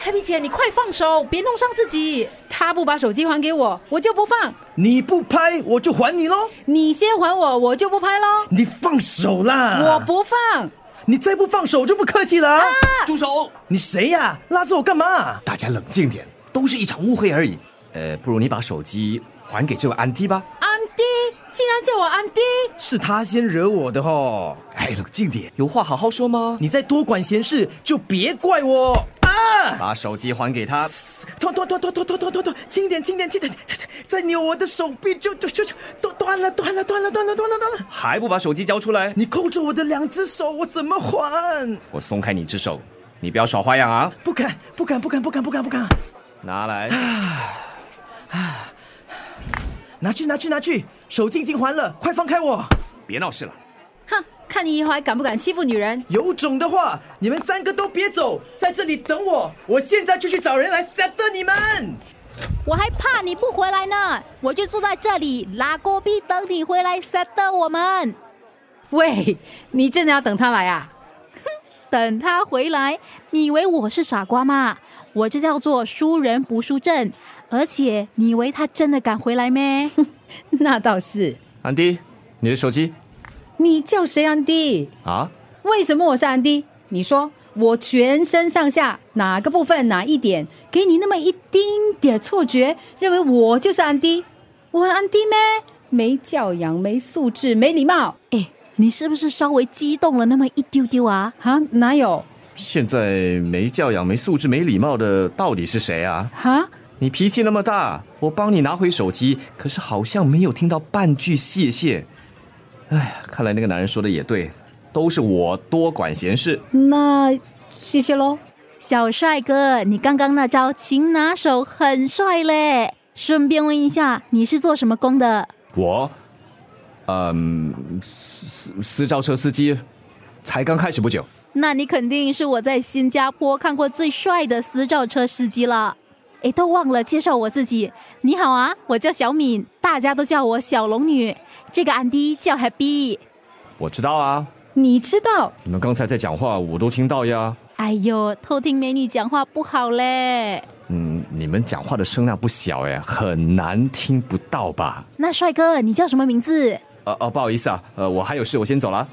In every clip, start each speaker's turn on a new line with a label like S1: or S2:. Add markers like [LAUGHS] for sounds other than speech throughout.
S1: Happy 姐，你快放手，别弄伤自己。
S2: 他不把手机还给我，我就不放；
S3: 你不拍我就还你喽，
S2: 你先还我，我就不拍喽。
S3: 你放手啦！
S2: 我，不放，
S3: 你再不放手就不客气了啊！
S4: 住手！
S3: 你谁呀、拉着我干嘛？
S4: 大家冷静点，都是一场误会而已。呃，不如你把手机还给这位安迪吧。
S2: 安迪竟然叫我安迪，
S3: 是他先惹我的吼！
S4: 哎，冷静点，有话好好说吗？
S3: 你再多管闲事就别怪我啊！
S4: 把手机还给他。
S3: 断断断断断断断断断，轻点轻点轻点，再扭我的手臂就就就就断断了断了断了断了断了断了！
S4: 还不把手机交出来！
S3: 你扣着我的两只手，我怎么还？
S4: 我松开你只手，你不要耍花样啊！
S3: 不敢不敢不敢不敢不敢不敢！
S4: 拿来，
S3: 拿去拿去拿去，手机已经还了，快放开我！
S4: 别闹事了。
S2: 哼，看你以后还敢不敢欺负女人！
S3: 有种的话，你们三个都别走，在这里等我，我现在就去找人来 set 你们。
S5: 我还怕你不回来呢，我就坐在这里拉锅币等你回来 settle 我们。
S2: 喂，你真的要等他来啊？
S5: [LAUGHS] 等他回来，你以为我是傻瓜吗？我这叫做输人不输阵。而且你以为他真的敢回来咩？
S2: [LAUGHS] 那倒是。
S4: 安迪，你的手机
S2: 你叫谁安迪？
S4: 啊？
S2: 为什么我是安迪？你说我全身上下哪个部分哪一点给你那么一丁点儿错觉，认为我就是安迪？我很安迪咩？没教养，没素质，没礼貌
S5: 哎，你是不是稍微激动了那么一丢丢啊？
S2: 啊？哪有
S4: 现在没教养、没素质、没礼貌的到底是谁啊？
S2: 啊？
S4: 你脾气那么大，我帮你拿回手机，可是好像没有听到半句谢谢。哎呀，看来那个男人说的也对，都是我多管闲事。
S2: 那谢谢喽。
S5: 小帅哥，你刚刚那招擒拿手很帅嘞。顺便问一下，你是做什么工的？
S4: 我，嗯，私私私照车司机，才刚开始不久。
S5: 那你肯定是我在新加坡看过最帅的私照车司机了。诶，都忘了介绍我自己。你好啊，我叫小敏，大家都叫我小龙女。这个安迪叫 Happy。
S4: 我知道啊，
S2: 你知道
S4: 你们刚才在讲话，我都听到呀。
S5: 哎呦，偷听美女讲话不好嘞。
S4: 嗯，你们讲话的声量不小哎，很难听不到吧？
S5: 那帅哥，你叫什么名字？
S4: 呃哦，不好意思啊，呃，我还有事，我先走了。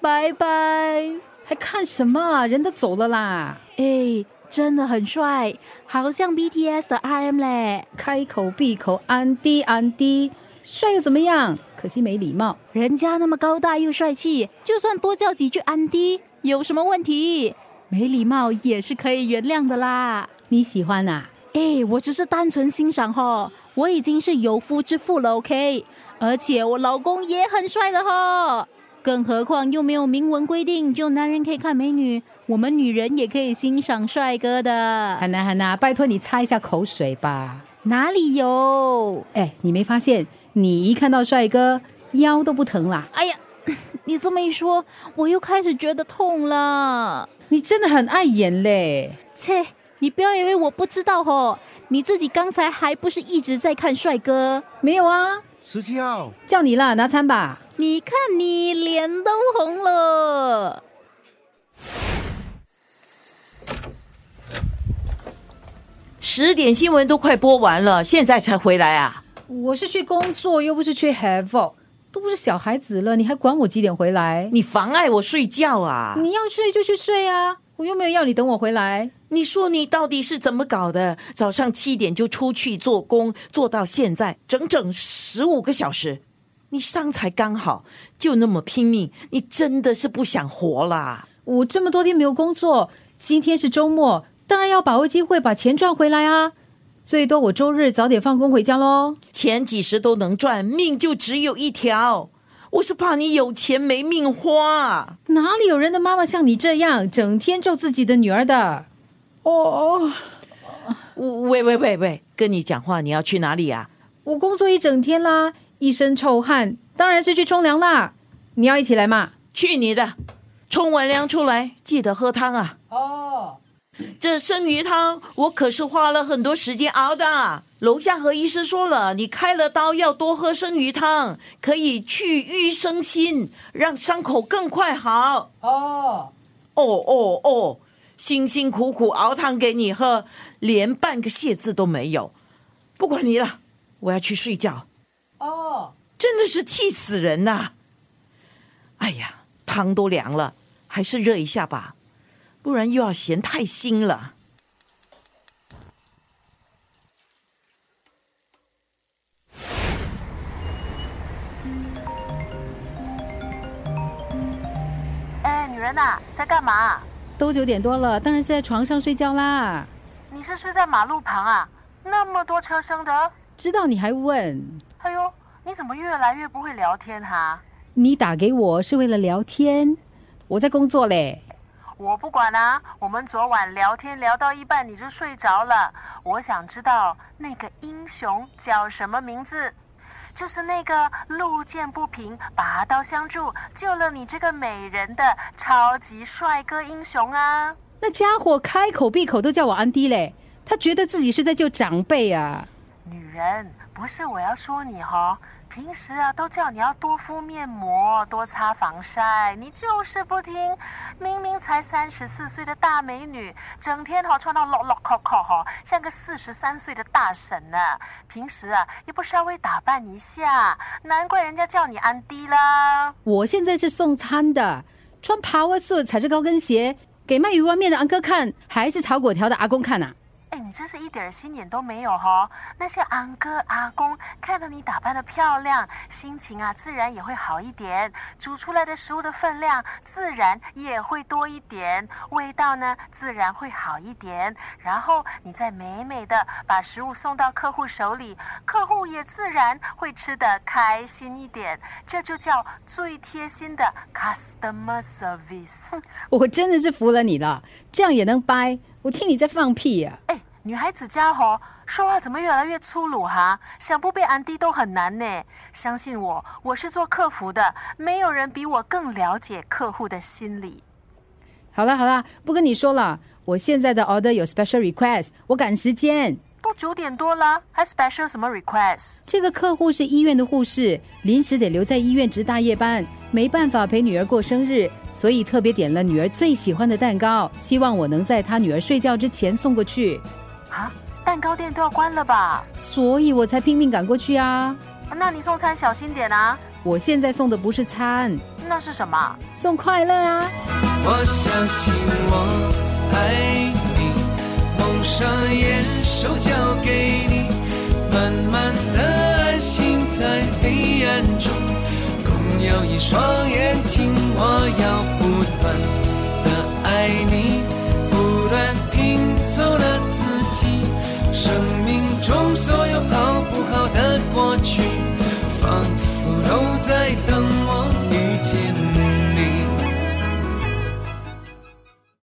S5: 拜拜。
S2: 还看什么啊？人都走了啦，
S5: 哎，真的很帅，好像 BTS 的 RM 嘞。
S2: 开口闭口安迪安迪，帅又怎么样？可惜没礼貌。
S5: 人家那么高大又帅气，就算多叫几句安迪，有什么问题？没礼貌也是可以原谅的啦。
S2: 你喜欢啊？
S5: 哎，我只是单纯欣赏吼，我已经是有夫之妇了，OK。而且我老公也很帅的吼，更何况又没有明文规定，只有男人可以看美女，我们女人也可以欣赏帅哥的。
S2: 韩娜韩娜，拜托你擦一下口水吧。
S5: 哪里有？
S2: 哎，你没发现你一看到帅哥腰都不疼啦？
S5: 哎呀， [LAUGHS] 你这么一说，我又开始觉得痛了。
S2: 你真的很碍眼嘞！
S5: 切，你不要以为我不知道哦，你自己刚才还不是一直在看帅哥？
S2: 没有啊，
S6: 十七号，
S2: 叫你啦，拿餐吧。
S5: 你看你脸都红了。
S7: 十点新闻都快播完了，现在才回来啊？
S2: 我是去工作，又不是去 have，都不是小孩子了，你还管我几点回来？
S7: 你妨碍我睡觉啊！
S2: 你要睡就去睡啊，我又没有要你等我回来。
S7: 你说你到底是怎么搞的？早上七点就出去做工，做到现在整整十五个小时，你伤才刚好，就那么拼命，你真的是不想活啦！
S2: 我这么多天没有工作，今天是周末，当然要把握机会把钱赚回来啊。最多我周日早点放工回家喽。
S7: 钱几时都能赚，命就只有一条。我是怕你有钱没命花。
S2: 哪里有人的妈妈像你这样整天咒自己的女儿的？
S7: 哦，喂喂喂喂，跟你讲话，你要去哪里啊？
S2: 我工作一整天啦，一身臭汗，当然是去冲凉啦。你要一起来嘛？
S7: 去你的！冲完凉出来记得喝汤啊！
S2: 哦，
S7: 这生鱼汤我可是花了很多时间熬的啊。楼下何医师说了，你开了刀要多喝生鱼汤，可以去瘀生新，让伤口更快好。
S2: 哦，
S7: 哦哦哦，辛辛苦苦熬汤给你喝，连半个谢字都没有。不管你了，我要去睡觉。哦，真的是气死人呐、哎呀，汤都凉了，还是热一下吧，不然又要嫌太腥了。
S6: 哎，女人呐、在干嘛？啊
S2: 都九点多了，当然是在床上睡觉啦。
S6: 你是睡在马路旁啊？那么多车声的，
S2: 知道你还问，
S6: 哎呦，你怎么越来越不会聊天哈、
S2: 你打给我是为了聊天，我在工作嘞。
S6: 我不管啊，我们昨晚聊天聊到一半你就睡着了。我想知道那个英雄叫什么名字，就是那个路见不平拔刀相助救了你这个美人的超级帅哥英雄啊！
S2: 那家伙开口闭口都叫我安迪嘞，他觉得自己是在救长辈啊。
S6: 女人，不是我要说你哦，平时啊都叫你要多敷面膜、多擦防晒，你就是不听。明明才三十四岁的大美女，整天哈、穿到老老扣扣哈，像个四十三岁的大婶呢、平时啊也不稍微打扮一下，难怪人家叫你安迪啦。
S2: 我现在是送餐的，穿 power suit 踩着高跟鞋，给卖鱼丸面的安哥看，还是炒粿条的阿公看啊？
S6: 哎，你真是一点儿心眼都没有哦！那些昂哥阿公看到你打扮的漂亮，心情啊自然也会好一点，煮出来的食物的分量自然也会多一点，味道呢自然会好一点。然后你再美美的把食物送到客户手里，客户也自然会吃的开心一点，这就叫最贴心的 customer service。
S2: 我真的是服了你了，这样也能掰？我听你在放屁啊呀、
S6: 哎，女孩子家伙说话怎么越来越粗鲁哈？想不被安迪都很难呢。相信我，我是做客服的，没有人比我更了解客户的心理。
S2: 好啦好啦，不跟你说了，我现在的 order 有 special request，我赶时间。
S6: 都九点多了，还 special 什么 request？
S2: 这个客户是医院的护士，临时得留在医院值大夜班，没办法陪女儿过生日，所以特别点了女儿最喜欢的蛋糕，希望我能在她女儿睡觉之前送过去，
S6: 啊，蛋糕店都要关了吧？
S2: 所以我才拼命赶过去啊！
S6: 那你送餐小心点啊。
S2: 我现在送的不是餐，
S6: 那是什么？
S2: 送快乐啊！
S8: 我相信我爱你，蒙上眼，手交给你，慢慢的安心在黑暗中，共有一双眼睛，我要不断。